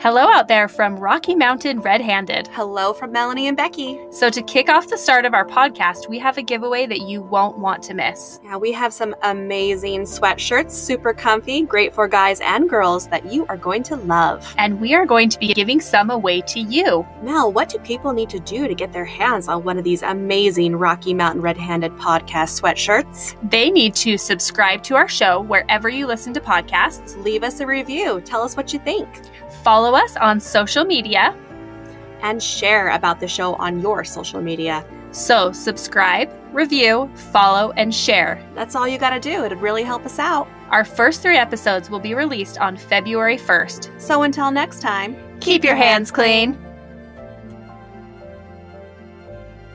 Hello out there from Rocky Mountain Red Handed. Hello from Melanie and Becky. So, to kick off the start of our podcast, we have a giveaway that you won't want to miss. Now, we have some amazing sweatshirts, super comfy, great for guys and girls that you are going to love. And we are going to be giving some away to you. Mel, what do people need to do to get their hands on one of these amazing Rocky Mountain Red Handed podcast sweatshirts? They need to subscribe to our show wherever you listen to podcasts, Leave us a review, tell us what you think, follow us on social media. and share about the show on your social media. So, subscribe, review, follow, and share. That's all you got to do, it'd really help us out. Our first three episodes will be released on February 1st. So until next time, Keep your hands clean.